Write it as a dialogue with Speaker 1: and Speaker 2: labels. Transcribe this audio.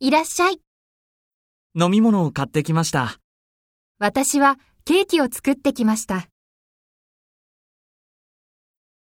Speaker 1: いらっしゃい。
Speaker 2: 飲み物を買ってきました。
Speaker 1: 私はケーキを作ってきました。